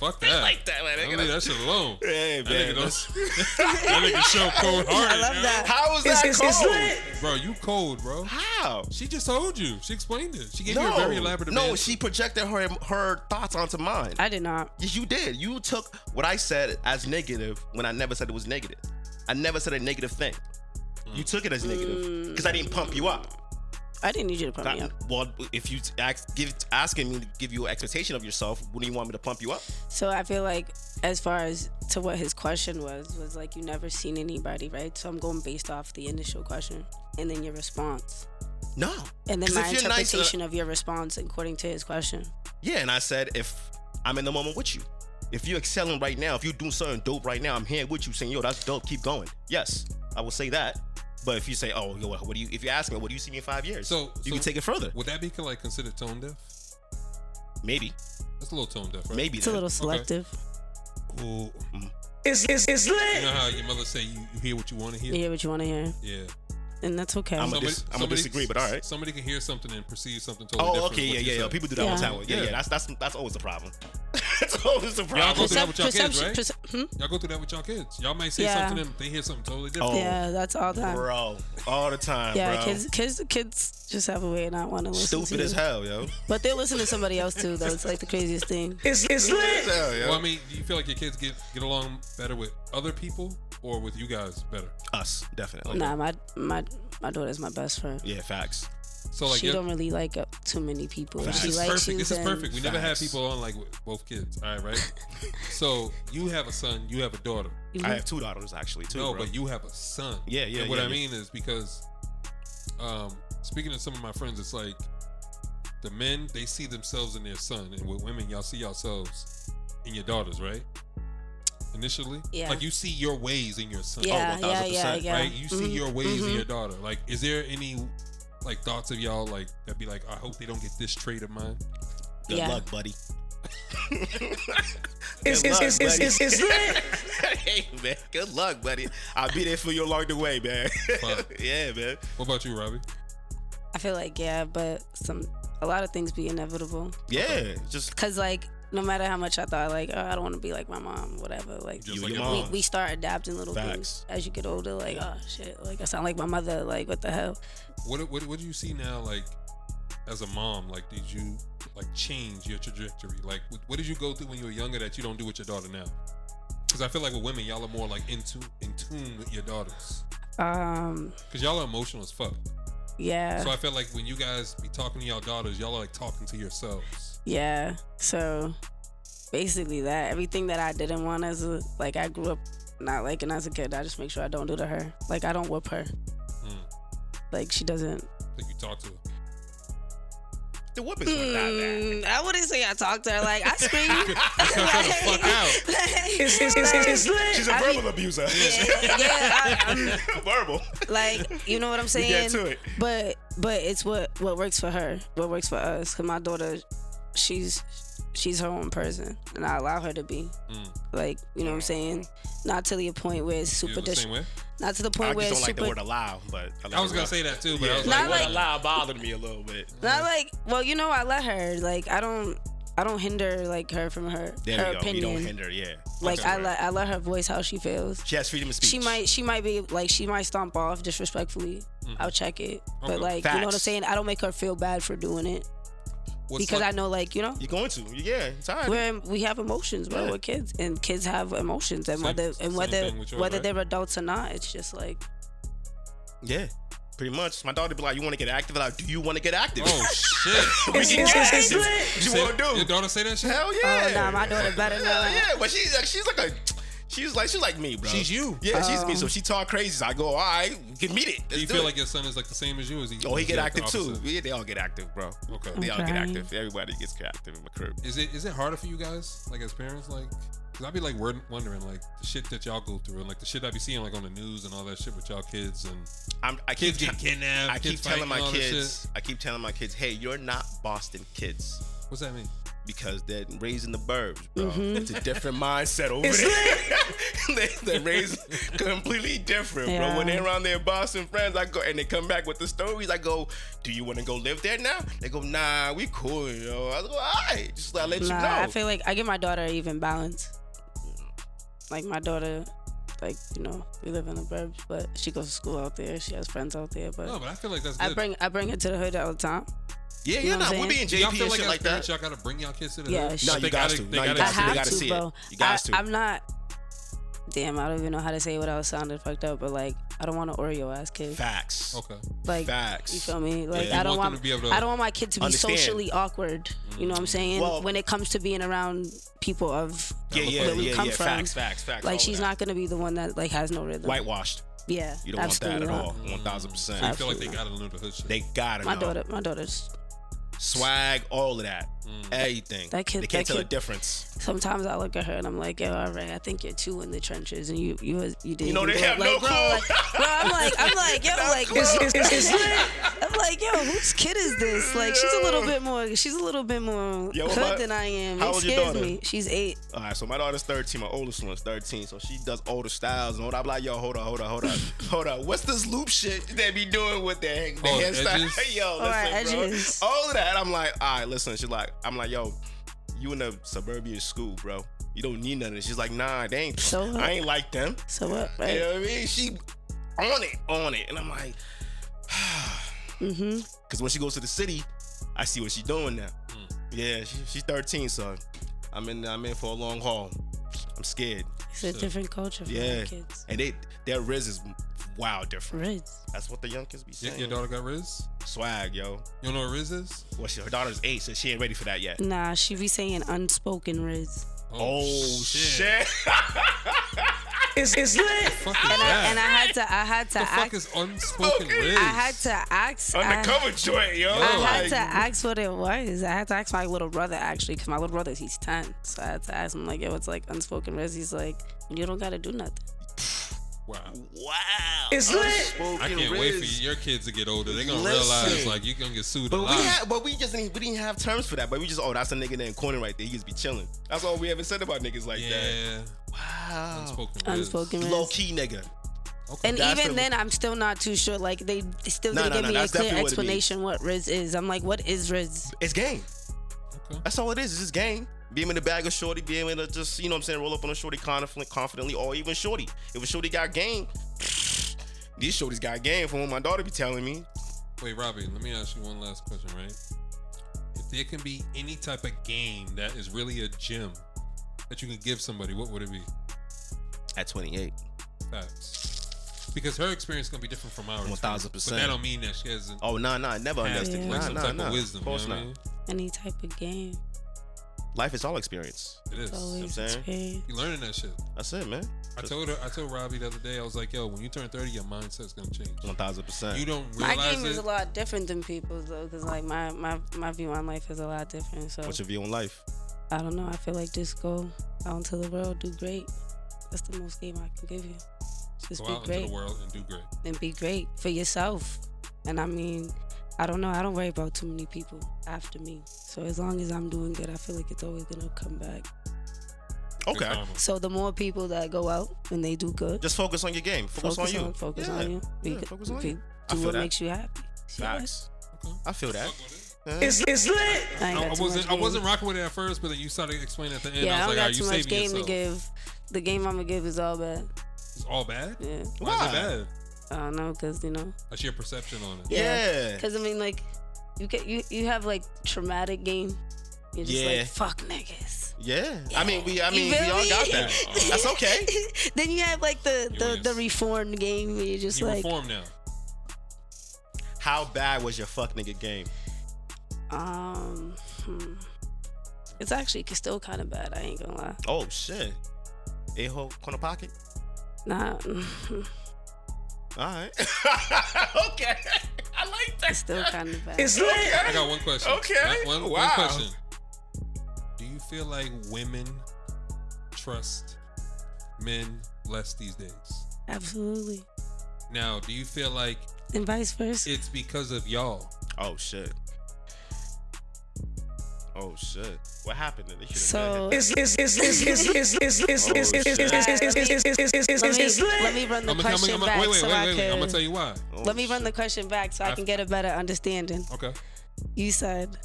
A: Fuck that.
C: like that, man.
A: I leave that shit alone.
C: Hey,
A: That nigga,
C: man.
A: don't,
C: (laughs)
A: that nigga
B: (laughs)
A: show cold hearted.
B: I love
A: yo.
B: that
C: How is
D: It's,
C: that
D: it's,
C: cold?
D: it's lit.
A: Bro, you cold, bro.
C: How?
A: She just told you. She explained it. She gave you a very elaborate
C: no,
A: answer.
C: she projected her her thoughts onto mine.
B: I did not
C: Yes, you did. You took what I said as negative when I never said it was negative. I never said a negative thing. You took it as negative
B: Mm.
C: because I didn't pump you up.
B: I didn't need you to pump
C: That-
B: me up
C: Well, if you ask, give, asking me to give you an expectation of yourself, wouldn't you want me to pump you up?
B: So I feel like as far as to what his question was, was like you never seen anybody, right? So I'm going based off the initial question and then your response.
C: No.
B: And then
C: 'Cause
B: my
C: if you're nice, uh,
B: interpretation of your response according to his question.
C: yeah, and I said if I'm in the moment with you, if you're excelling right now, if you're doing something dope right now, I'm here with you saying, yo, that's dope. Keep going. Yes, I will say that. But if you say, oh, yo, what do you? If you ask me, what do you see me in five years?
A: So- so-
C: you can take it further.
A: Would that be like considered tone deaf?
C: Maybe,
A: That's a little tone deaf, right?
C: maybe.
B: It's a
C: then.
B: little selective.
A: Ooh,
D: It's, it's, it's
A: you know
D: lit.
A: how your mother say you, you hear what you want to hear?
B: You hear what you want to hear.
A: Yeah.
B: And that's okay.
C: I'm a- dis- I'm a disagree, but all right.
A: Somebody can hear something and perceive something totally
C: Oh,
A: different.
C: okay,
A: from
C: yeah,
A: what you
C: yeah, yeah.
A: said.
C: People do that all the
B: Yeah.
C: time. Yeah, yeah.
A: Yeah.
C: That's that's that's always the problem. (laughs) Totally surprised.
A: Y'all go through that
B: Percep-
A: with y'all kids,
B: perception-
A: right?
B: perce- hmm?
A: Y'all go through that with y'all kids. Y'all might say
B: Yeah.
A: something to them, they hear something totally different.
C: Oh.
B: Yeah, that's all time.
C: bro, all the time,
B: yeah,
C: bro.
B: kids, kids, kids just have a way of not want to listen
C: Stupid
B: to
C: as
B: you. (laughs)
C: hell, yo.
B: But they listen to somebody else too, though. It's like the craziest thing.
D: It's it's lit.
C: As hell, yo.
A: Well, I mean, do you feel like your kids get get along better with other people or with you guys better?
C: Us, definitely.
B: Nah, my my my daughter's my best friend.
C: Yeah, facts.
A: So Oh, like,
B: she
A: your-
B: don't really like uh, too many people.
C: Facts.
B: She
A: this is
B: likes
A: perfect.
B: you.
A: This is
B: then-
A: perfect. We never had
C: Facts.
A: people on like with both kids. All right,
C: (laughs)
A: right. so you have a son. You have a daughter.
B: Mhm.
C: I have two daughters actually, too.
A: no,
C: bro.
A: but you have a son.
C: Yeah, yeah,
A: And what
C: yeah,
A: I
C: yeah.
A: mean is because, um, speaking to some of my friends, it's like the men they see themselves in their son, and with women y'all see yourselves in your daughters, right? Initially,
B: Yeah.
A: Like you see your ways in your son. Oh,
B: yeah, yeah, yeah,
C: 1000%,
B: yeah.
A: right? You see
B: Mhm,
A: your ways in
B: mhm.
A: your daughter. Like, is there any like thoughts of y'all like that be like, I hope they don't get this trait of mine?
C: Good
B: Yeah. (laughs)
C: luck, buddy.
D: It's
C: Good
D: it's
C: luck,
D: it's it's
C: buddy.
D: it's it's lit.
C: (laughs) hey man, good luck, buddy. I'll be there for you along the way, man.
A: Fuck.
C: (laughs) yeah, man.
A: What about you, Robbie?
B: I feel like yeah, but some a lot of things be inevitable.
C: Yeah, just
B: Cause like no matter how much I thought like oh, I don't want to be like my mom, whatever. Like
A: Just uh,
C: you,
A: like
C: your
A: your
B: we,
C: mom.
B: we start adapting little
C: Facts.
B: things as you get older. Like oh shit, like I sound like my mother. Like what the hell?
A: What what what do you see now? Like, as a mom, like, did you like change your trajectory? Like, what, what did you go through when you were younger that you don't do with your daughter now? Because I feel like with women, y'all are more like in tune, in tune with your daughters.
B: Um,
A: Cause y'all are emotional as fuck.
B: yeah,
A: So I feel like when you guys be talking to y'all daughters, y'all are like talking to yourselves.
B: yeah. So basically that everything that I didn't want as a like I grew up not liking as a kid. I just make sure I don't do to her. Like I don't whip her.
A: Mm.
B: Like she doesn't
A: That you
C: (laughs)
A: talk to. (laughs) her.
C: the whoopings were not bad.
B: Mm, I wouldn't say I talked to her. Like I
C: (laughs)
B: scream.
A: Cut her the fuck
B: (laughs)
A: out.
D: It's it's it's it's it's lit.
C: She's a
B: I
C: verbal abuser.
B: yeah, yeah, I, I'm
C: (laughs) verbal.
B: like, you know what I'm saying.
C: get to it.
B: But but it's what what works for her, what works for us. Cause my daughter, she's she's her own person, and I allow her to be.
A: Mm.
B: Like you know what I'm saying. Not to the point where it's
A: You
B: super.
A: the
B: Dis-
A: same way.
B: not to the
C: I
B: point
C: just
B: where
C: don't
B: it's
C: like
B: super.
C: the word allow, but I, like
A: I was
C: the
A: gonna
C: word-
A: say that too, but
C: yeah,
A: I was like,
B: Not
A: what
B: like-
A: a lot.
C: allow bothered me a little bit.
B: not like well, you know, I let her. Like I don't I don't hinder like her from her
C: There
B: her
C: we go.
B: opinion.
C: You don't hinder. Yeah.
B: like
C: Okay.
B: I let I let her voice how she feels.
C: She has freedom of speech.
B: she might she might be like she might stomp off disrespectfully. I'll check
A: Okay.
B: it, but like you know what I'm
C: Mm-hmm. Facts.
B: saying. I don't make her feel bad for doing it
A: What's
B: because
A: like-
B: I know like you know
C: You're going to. Yeah. It's all
B: (laughs)
C: right.
B: we're we have emotions, bro.
C: Yeah.
B: We're kids, and kids have emotions, and
A: Same-
B: whether
A: same
B: and whether
A: thing with yours,
B: whether
A: right?
B: they're adults or not, it's just like
C: Yeah. Pretty much. My daughter be like, "You want to get active?" I'm Like, do you want to get active? (laughs)
A: Oh shit!
C: we
D: It's
C: can
D: it's
C: get
D: it's it's
C: active.
D: lit.
C: What you
A: Say-
C: want to
A: Your
C: do?
A: daughter say that shit?
C: Hell
B: oh
C: yeah.
B: nah, my daughter better know.
C: Yeah,
B: that.
C: yeah, but she's like she's like a she's like she's like me, bro.
A: She's you.
C: Yeah, she's
B: Um,
C: me. So she talk crazy. So I go, all right, get meet it. Let's
A: Do you
C: do
A: feel
C: it.
A: like your son is like the same as you? Is he?
C: Oh, he
A: is
C: get
A: like the
C: active too.
A: opposite?
C: Yeah, they all get active, bro.
A: Okay.
C: They all get
B: crying.
C: active. Everybody gets active in my crib.
A: Is it is it harder for you guys, like as parents, like? Cause I'd be like word- wondering, like the shit that y'all go through, and like the shit I be seeing, like on the news and all that shit with y'all kids and
C: I'm, I
A: kids
C: keep
A: get
C: te-
A: kidnapped.
C: I keep
A: kids
C: telling
A: fighting,
C: my
A: all that
C: kids. I keep telling my kids, hey, you're not Boston kids
A: shit. What's that mean?
C: because they're raising the burbs, bro.
B: Mm-hmm.
C: It's a different mindset over
D: It's
C: there. (laughs) they, they're raised completely different, bro. When
B: Yeah.
C: they're around their Boston friends, I go and they come back with the stories. I go, do you want to go live there now? They go, nah, we cool, yo. I go, all right, just I let
B: Nah,
C: you know.
B: I feel like I give my daughter even balance. Like my daughter, like you know, we live in the burbs, but she goes to school out there. She has friends out there, but
A: No,
C: Oh,
A: but I feel like that's good.
B: I bring I bring her to the hood all the time.
C: yeah,
B: you
C: yeah,
B: know what
C: nah,
B: I'm
C: we'll be
B: saying?
C: in
A: Do y'all
C: JP
A: feel
C: and
A: like
C: shit
A: as
C: like that.
A: parents, y'all gotta bring y'all kids to the
B: Yeah,
A: hood?
B: sh- No,
A: They
C: you
A: gotta-
C: guys to.
A: they
C: No, you
A: gotta
B: I
A: see it.
C: guys to.
B: have
C: gotta
B: to,
C: see it.
B: bro.
C: You guys
B: I,
C: to.
B: I'm not. Damn, I don't even know how to say it without sounding fucked up, but like, I don't want an Oreo ass kid.
C: Facts.
A: Okay.
B: Like,
C: Facts.
B: you feel me? Like,
C: Yeah.
B: I don't
A: You want them
B: want,
A: to be able to
B: I don't want my kid to be
C: understand.
B: socially awkward. You know what I'm saying?
C: Well-
B: when it comes to being around people of,
C: Yeah, yeah,
B: where we
C: yeah,
B: come
C: yeah.
B: from.
C: Facts, facts, facts. all
B: like, she's
C: that.
B: not gonna be the one that like has no rhythm.
C: whitewashed.
B: yeah,
C: You don't want that
B: absolutely
C: at
B: not.
C: all. One thousand
A: So you
C: percent.
A: feel like they gotta
B: Absolutely.
A: learn the hood shit.
C: They gotta
B: My
C: know.
B: daughter, my daughter's.
C: swag, all of that,
A: Mm.
C: everything.
B: That kid-
C: they can't
B: that
C: tell the
B: kid-
C: difference.
B: Sometimes I look at her and I'm like, yo, all right, I think you're two in the trenches, and you, you, you didn't.
C: You know
B: even
C: they
B: grow
C: have
B: up."
C: no
B: like, bro,
C: clue.
B: like, bro, I'm like, I'm like,
C: (laughs)
B: yo, like,
D: It's
B: (laughs)
D: it's it's it's lit.
B: I'm like, yo, whose kid is this? Like, she's a little bit more, she's a little bit more
C: Yo, what
B: hood
C: about-
B: than I am.
C: how
B: it
C: old's your
B: scares
C: daughter?
B: me. She's eight.
C: All right, so my daughter's 13, my oldest one's 13, so she does older styles and all that. I'm like, yo, hold up, hold
B: (laughs)
C: up, hold up, hold up. What's this loop shit they be doing with their the
A: Oh,
C: hairstyle?
A: edges?
C: (laughs) yo,
B: All right,
C: listen, bro.
B: edges.
C: All of that. I'm like, all right, listen. She's like, I'm like, yo, you in a suburban school, bro. You don't need none of this. She's like, nah, they ain't.
B: So what?
C: I ain't like them.
B: So what,
C: You
B: right?
C: know what I mean? She on it, on it, and I'm like,
B: Mm-hmm.
C: because when she goes to the city, I see what she's doing now.
A: Mm.
C: Yeah, she, she's 13, so I'm in. I'm in for a long haul. I'm scared,
B: It's a
A: So-
B: different culture for
C: Yeah.
B: the kids.
C: and they their riz is wow different.
B: Riz.
C: That's what the young kids be
A: Your,
C: saying.
A: your daughter got Riz?
C: Swag, yo.
A: You don't know what Riz is?
C: Well, she, her daughter's eight, so she ain't ready for that yet.
B: Nah, she be saying unspoken
C: (laughs)
B: Riz.
C: Oh, shit. (laughs)
D: It's, it's lit.
A: Fuck is
B: And I,
A: that?
B: and I had to, I had to
A: the fuck
B: ask,
A: is unspoken Riz?
B: I had to ask, I-
C: Undercover joint, yo.
B: I had
C: Like,
B: to ask what it was. I had to ask my little brother actually, because my little brother he's ten, so I had to ask him like, "Yo, it's like unspoken res." He's like, "You don't gotta do nothing."
A: Wow.
C: wow.
D: It's lit.
A: I
C: Unspoken
A: can't wait
C: riz.
A: for your kids to get older. They're gonna
C: Listen.
A: realize like you're gonna get sued a
C: But
A: lot.
C: we had, but we just didn't, we didn't have terms for that. But we just, oh, that's a nigga in the corner right there. He just be chilling. That's all we ever said about niggas like that.
A: yeah.
C: Wow.
A: Unspoken Riz.
B: Unspoken
C: Low
B: res.
C: key nigga.
A: Okay.
B: And
C: That's
B: even
C: the-
B: then, I'm still not too sure. Like they still
C: No,
B: didn't
C: no,
B: give
C: no,
B: me a
C: that's
B: clear
C: definitely what it
B: explanation what res is. I'm like, what is res?
C: It's game.
A: okay.
C: That's all it is. It's just game. Being in the bag of shorty, being able to just, you know what I'm saying, roll up on a shorty confident, confidently, or even shorty. If a shorty got game, (sniffs) these shorties got game from what my daughter be telling me.
A: Wait, Robbie, let me ask you one last question, right? If there can be any type of game that is really a gem that you can give somebody, what would it be?
C: At 28.
A: Facts. Because her experience is gonna be different from ours.
C: 1000%.
A: But that don't mean that she hasn't
C: Oh, nah, nah, never
A: had
C: underestimated.
A: like
C: Nah,
A: some
C: nah,
A: type
C: nah.
A: of wisdom.
C: Of course
A: you know
C: not.
A: What
B: Any type of game.
C: Life is all experience.
A: I mean? It
B: It's
A: is.
B: always
C: saying.
B: experience.
A: You learning that shit.
C: That's it, man.
A: I told her. I told Robbie the other day. I was like, "Yo, when you turn 30, your mindset's gonna change.
C: 1000%.
A: You don't
B: My
A: realize
B: game
A: it.
B: is a lot different than people's though, because like my, my my view on life is a lot different. So
C: What's your view on life?
B: I don't know. I feel like just go out into the world, do great. That's the most game I can give you. Just
A: Go
B: be
A: out into
B: great
A: the world and do great.
B: and be great for yourself. And I mean, I don't know. I don't worry about too many people after me. So as long as I'm doing good, I feel like it's always gonna come back.
A: Good
C: Okay.
A: karma.
B: So the more people that go out and they do good,
C: Just focus on your game. Focus, on you.
B: focus
C: Yeah.
B: on you. Be
C: Yeah,
B: good.
C: focus on
B: be-
C: you. I
B: Do
C: feel
B: what
C: that.
B: makes you happy. Shit,
C: Facts.
A: Okay.
C: I feel that.
A: Fuck with it.
D: It's, it's lit.
B: I, ain't
A: I, I
B: got too much
A: wasn't. I
B: game.
A: wasn't rocking with it at first, but then you started explaining at the end.
B: Yeah, I,
A: I was like,
B: don't
A: "Are
B: got
A: you
B: too much
A: saving
B: game
A: yourself?"
B: to give. The game I'm gonna give is all bad.
A: It's all bad.
B: Yeah,
A: Why is it
C: Why?
A: bad?
B: I don't know, cause you know.
A: That's your perception on it.
C: Yeah.
B: Because I mean, like, you get you you have like traumatic game. You're just
C: Yeah.
B: like fuck niggas.
C: Yeah. I mean, we. I
B: You
C: mean,
B: feel
C: we all
B: me?
C: got that. That's okay.
B: (laughs) then you have like the
A: You
B: the,
A: is.
B: the reformed game where you're just
A: You
B: like,
A: reform now.
C: How bad was your fuck nigga game?
B: um, hmm. it's actually still kind of bad. I ain't gonna lie.
C: Oh shit. A hole corner pocket.
B: Nah, (laughs)
C: All right. (laughs) okay. I like that.
B: it's still kind of bad.
D: It's lit.
A: I got one question.
C: Okay.
A: Not One, one
C: Wow.
A: question. Do you feel like women trust men less these days?
B: Absolutely,
A: Now, do you feel like
B: and vice versa.
A: it's because of y'all?
C: Oh shit. Oh shit. What happened? They should've
B: So-
C: been-
D: It's, it's, it's, it's, it's, it's, it's, it's, it's, it's, it's, it's, it's, it's, it's, it's,
B: let,
D: it's, it's,
B: me,
D: it's
B: let
D: lit.
B: me run
A: I'ma-
B: the
A: I'ma-
B: question
A: I'ma-
B: back
A: wait, wait,
B: so
A: wait,
B: I
A: wait, wait.
B: can.
A: I'm gonna tell you why.
C: Oh,
B: let me run
C: shit.
B: the question back so I
A: I-
B: can get a better understanding.
A: Okay.
B: You said.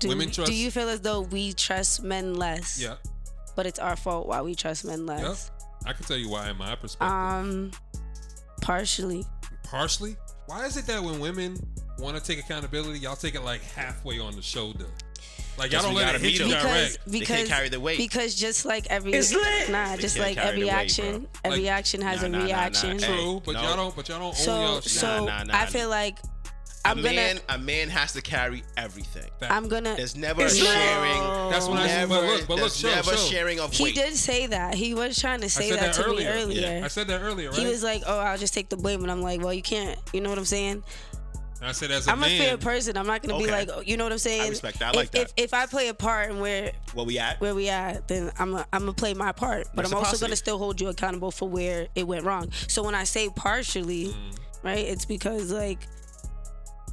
B: Do,
A: Women trust-
B: do you feel as though we trust men less?
A: Yeah,
B: But it's our fault why we trust men less.
A: I can tell you why in my perspective.
B: Um, partially.
A: Partially. Why is it that when women want to take accountability, y'all take it like halfway on the shoulder? Like y'all
C: Guess
A: don't
C: we
A: let
C: gotta
A: it hit
C: beat
A: you
C: 'em.
B: Because
A: direct.
C: They
B: because
C: can't carry the weight.
B: because just like every
D: It's lit.
B: nah,
C: They
B: just
C: can't
B: like
C: carry
B: every
C: the weight,
B: action,
C: bro.
B: every
A: Like-
B: action has
C: Nah,
B: a
C: nah, nah, nah.
B: reaction.
C: Hey,
A: True, but
C: no.
A: y'all don't. But y'all don't own
B: So
A: y'all shit.
B: so
C: Nah, nah, nah.
B: I feel like
C: A
B: I'm gonna
C: man, a man has to carry everything.
B: I'm gonna.
C: There's never a
D: It's lit.
C: sharing.
A: That's what I said.
C: Never,
A: But look, but look,
C: there's
A: show,
C: never
A: show.
C: sharing of
B: he
C: weight.
B: did say that. He was trying to
A: I
B: say
A: said
B: that,
A: that,
B: to
A: earlier.
B: me earlier.
A: I said that earlier, right?
B: He was like, "Oh, I'll just take the blame," and I'm like, "Well, you can't." You know what I'm saying?
A: And I said as a
B: I'm a fair
A: man,
B: person. I'm not gonna be
C: Okay.
B: like, oh, you know what I'm saying?
C: respect that. I like
B: if,
C: that.
B: If, if I play a part and where
C: Where we at?
B: where we at, then I'm i I'm gonna play my part, but I'm also
C: Reciprocity.
B: gonna still hold you accountable for where it went wrong. So when I say partially,
C: Mm-hmm.
B: right, it's because like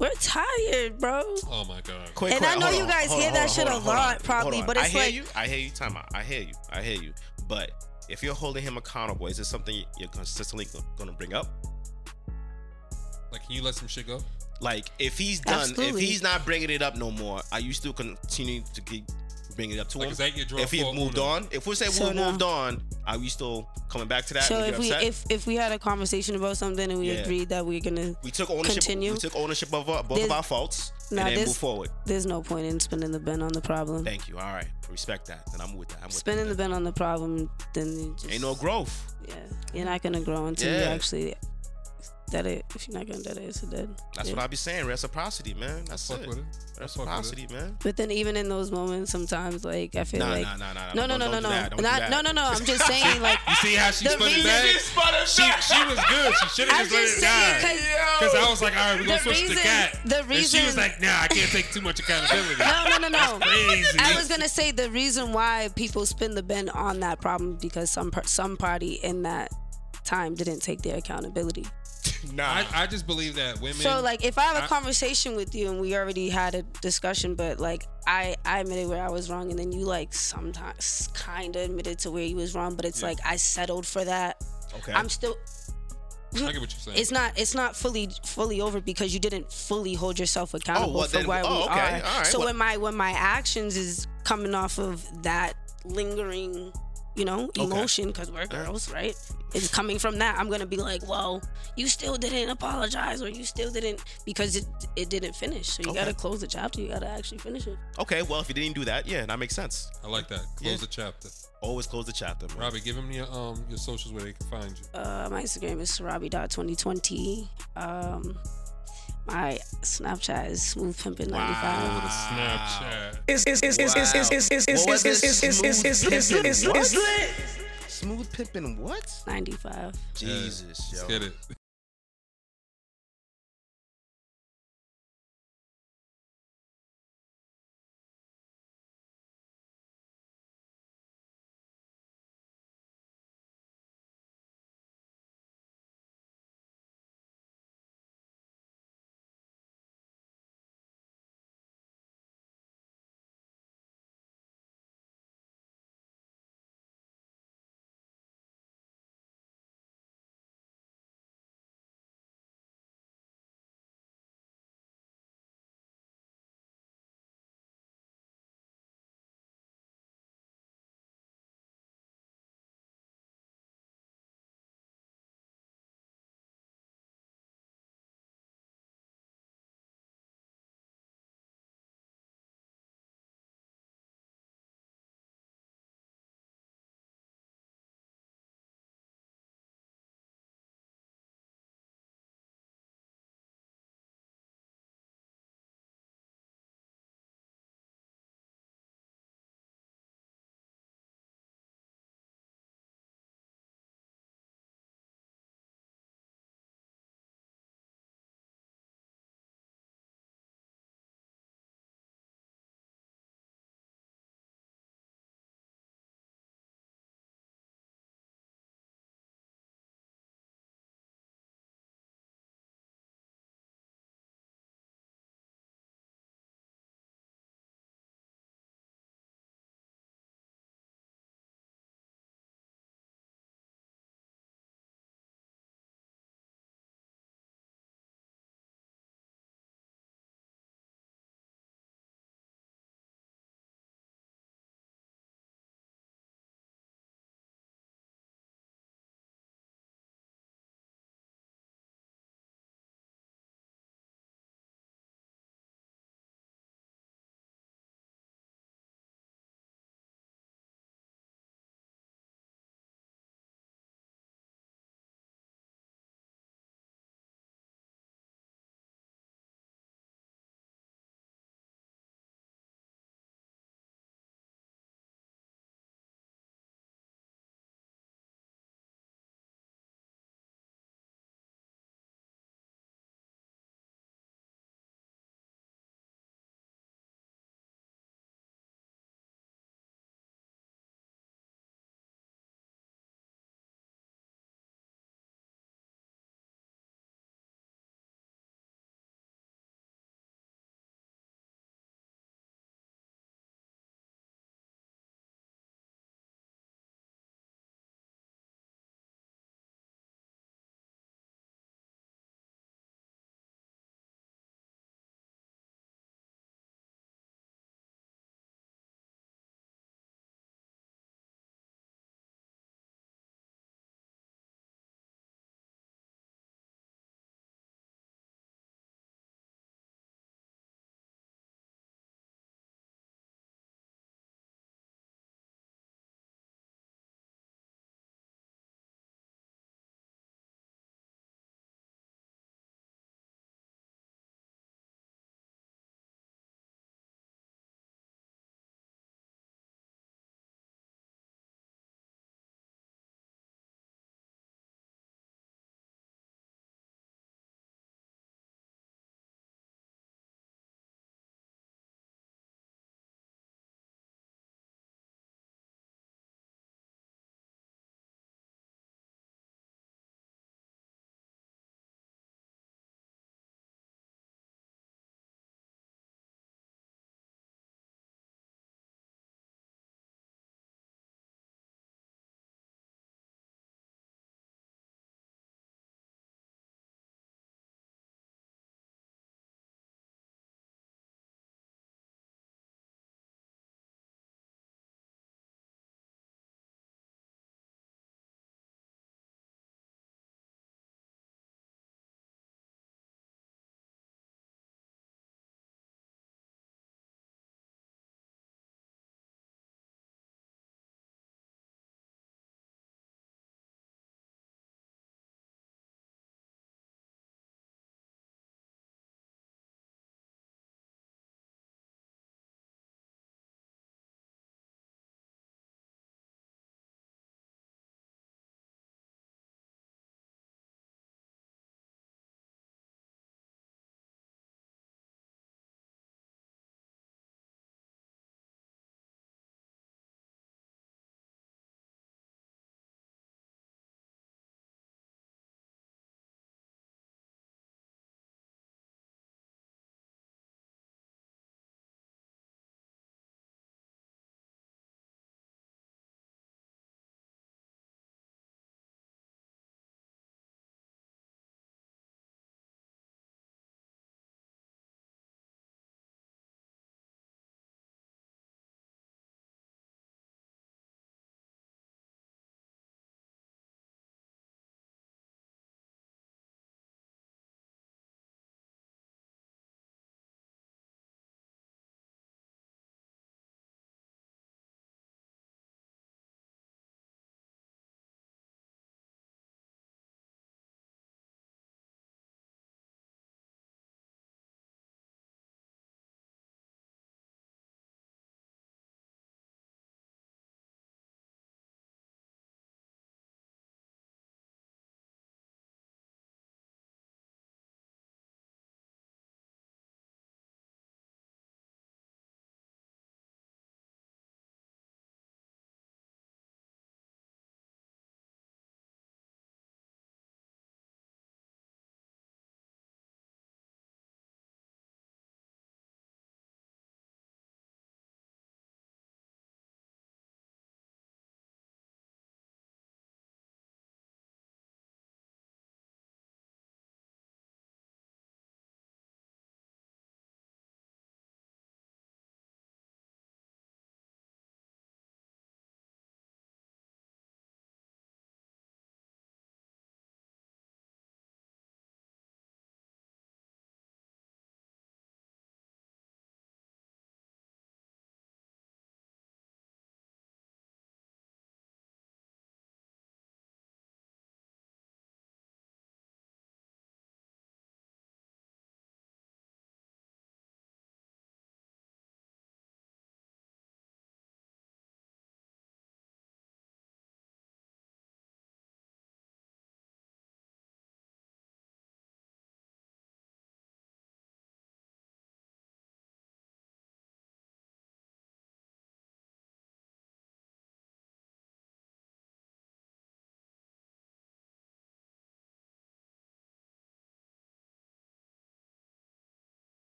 B: we're tired, bro.
A: oh my god,
C: Quick,
B: And I know
C: hold
B: you
C: on,
B: guys
C: hold
B: hear
C: on,
B: that
C: hold
B: shit
C: on,
B: a
C: hold
B: lot
C: on,
B: probably,
C: hold
B: but
C: on.
B: it's
C: I
B: like-
C: hear you. I hear you. Time out. I hear you. I hear you. But if you're holding him accountable, is this something you're consistently go- gonna bring up?
A: like can you let some shit go?
C: Like, if he's done, if
B: Absolutely.
C: he's not bringing it up no more, are you still continuing to keep bring it up to
A: Like,
C: him.
A: is that your draw
C: if he
A: for
C: moved
A: Uno?
C: on, if we say
B: So
C: we
B: no.
C: moved on, are we still coming back to that?
B: So
C: We get
B: if we
C: upset?
B: if if we had a conversation about something and we
C: Yeah.
B: agreed that we're gonna,
C: we took ownership,
B: continue-
C: we took ownership of our, both
B: There's-
C: of our faults,
B: Nah,
C: and then
B: this-
C: move forward.
B: there's no point in spinning the bend on the problem.
C: Thank you. All right, respect that. Then I'm with that. I'm with
B: Spinning the
C: that.
B: bend on the problem, then you just,
C: Ain't no growth.
B: yeah, you're not gonna grow until you
C: Yeah.
B: actually that it. If you're not gonna that it, it's a dead.
C: That's
B: yeah.
C: what I be saying. Reciprocity, man. That's
A: fuck
C: it.
A: with it. I fuck with
C: Reciprocity,
A: it.
C: man.
B: But then even in those moments, sometimes like I feel
C: Nah,
B: like
C: nah, nah, nah,
B: no, no, no,
C: don't- don't
B: no,
C: do
B: no,
C: that, don't do
B: not,
C: that.
B: no, no, no. I'm just
C: (laughs)
B: saying like
A: You see how she
B: The
A: spun it
B: reason-
A: back? She, she was good. She
B: (laughs)
A: should
B: I'm
A: have just let it
B: just saying
A: die. Because
B: because
A: I was like, all right, we're going
B: The
A: to switch
B: reason-
A: to cat.
B: the
A: And she was
B: reason-
A: like, nah, I can't take too
B: (laughs)
A: much accountability.
B: no, no, no,
C: (laughs)
B: no.
A: Crazy.
B: I was gonna say the reason why people spin the bend on that problem because some par- some party in that time didn't take their accountability.
A: I, I just believe that women.
B: so like if I have a
A: I-
B: conversation with you and we already had a discussion, but like I I admitted where I was wrong and then you like sometimes kind of admitted to where you was wrong, but it's
A: Yeah.
B: like I settled for that.
C: Okay.
B: I'm still
A: I get what you're saying.
B: it's not it's not fully fully over because you didn't fully hold yourself accountable
C: well,
B: for
C: then-
B: where
C: oh,
B: we
C: okay,
B: are.
C: all right,
B: so
C: well-
B: when my when my actions is coming off of that lingering, you know, emotion because we're girls, right? It's coming from that. I'm gonna be like, well, you still didn't apologize, or you still didn't because it it didn't finish. So you
C: Okay.
B: gotta close the chapter. You gotta actually finish it.
C: okay. Well, if you didn't do that, yeah, that makes sense.
A: I like that. Close
C: Yeah.
A: the chapter.
C: Always close the chapter, man.
A: Robbie, give them your, um, your socials where they can find you.
B: Uh, my Instagram is sarabi.2020. Um, my Snapchat is smooth pimpin95.
A: Over the Snapchat.
C: Smooth pimping what?
B: 95.
A: Yeah.
C: Jesus, yo.
A: Let's get it.